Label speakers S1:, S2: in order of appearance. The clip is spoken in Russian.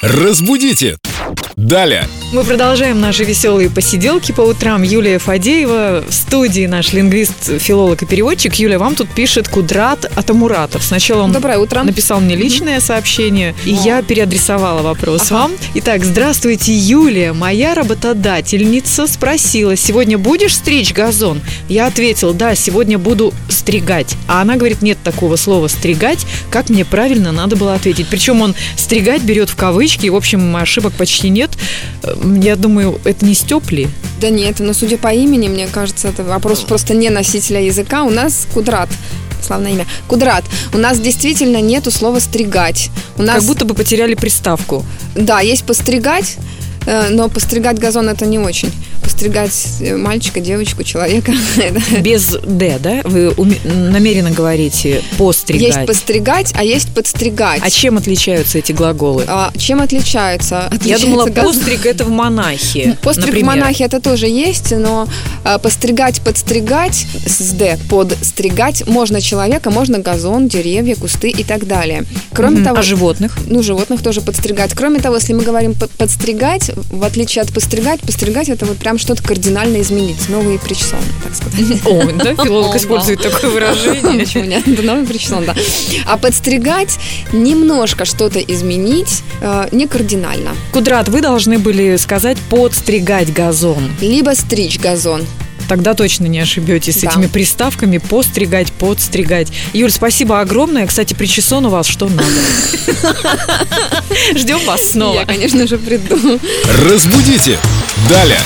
S1: Разбудите! Далее!
S2: Мы продолжаем наши веселые посиделки по утрам. Юлия Фадеева в студии наш лингвист, филолог и переводчик. Юля, вам тут пишет Кудрат Атамуратов. Сначала он
S3: Доброе утро.
S2: написал мне личное сообщение, и я переадресовала вопрос вам. Итак, здравствуйте, Юлия. Моя работодательница спросила, сегодня будешь стричь газон? Я ответил, да, сегодня буду стригать. А она говорит, нет такого слова стригать. Как мне правильно надо было ответить? Причем он стригать берет в кавычки, и, в общем, ошибок почти нет. Эм, Я думаю, это не степли.
S3: Да нет, но судя по имени, мне кажется, это вопрос просто не носителя языка. У нас Кудрат. Славное имя. Кудрат. У нас действительно нету слова «стригать». У нас,
S2: Как будто бы потеряли приставку.
S3: да, есть «постригать», э, но постригать газон это не очень. Постригать э, мальчика, девочку, человека. это-
S2: Без «д», да? Вы уме- намеренно говорите «постригать».
S3: Есть постригать, а есть подстригать.
S2: А чем отличаются эти глаголы?
S3: А чем отличаются?
S2: Я думала,
S3: Отличается газ-
S2: постриг это в монахе.
S3: Постриг
S2: например.
S3: в монахе это тоже есть, но э, постригать, подстригать, с «д» подстригать можно человека, можно газон, деревья, кусты и так далее. Кроме
S2: Мгм.
S3: того,
S2: А животных?
S3: ну, животных тоже подстригать. Кроме того, если мы говорим под- подстригать, в отличие от постригать, постригать это вот прям что-то кардинально изменить. Новый причесон, так сказать.
S2: О, да, филолог
S3: О,
S2: использует такое выражение.
S3: Почему нет? Да, Новый причесон, да. А подстригать немножко что-то изменить, э, не кардинально.
S2: Кудрат, вы должны были сказать «подстригать газон».
S3: Либо стричь газон.
S2: Тогда точно не ошибетесь с
S3: Да.
S2: этими приставками «постригать», «подстригать». Юль, спасибо огромное. Кстати, причесон у вас что надо. Ждем вас снова. Ну
S3: Я, конечно же, приду.
S1: Разбудите! Далее!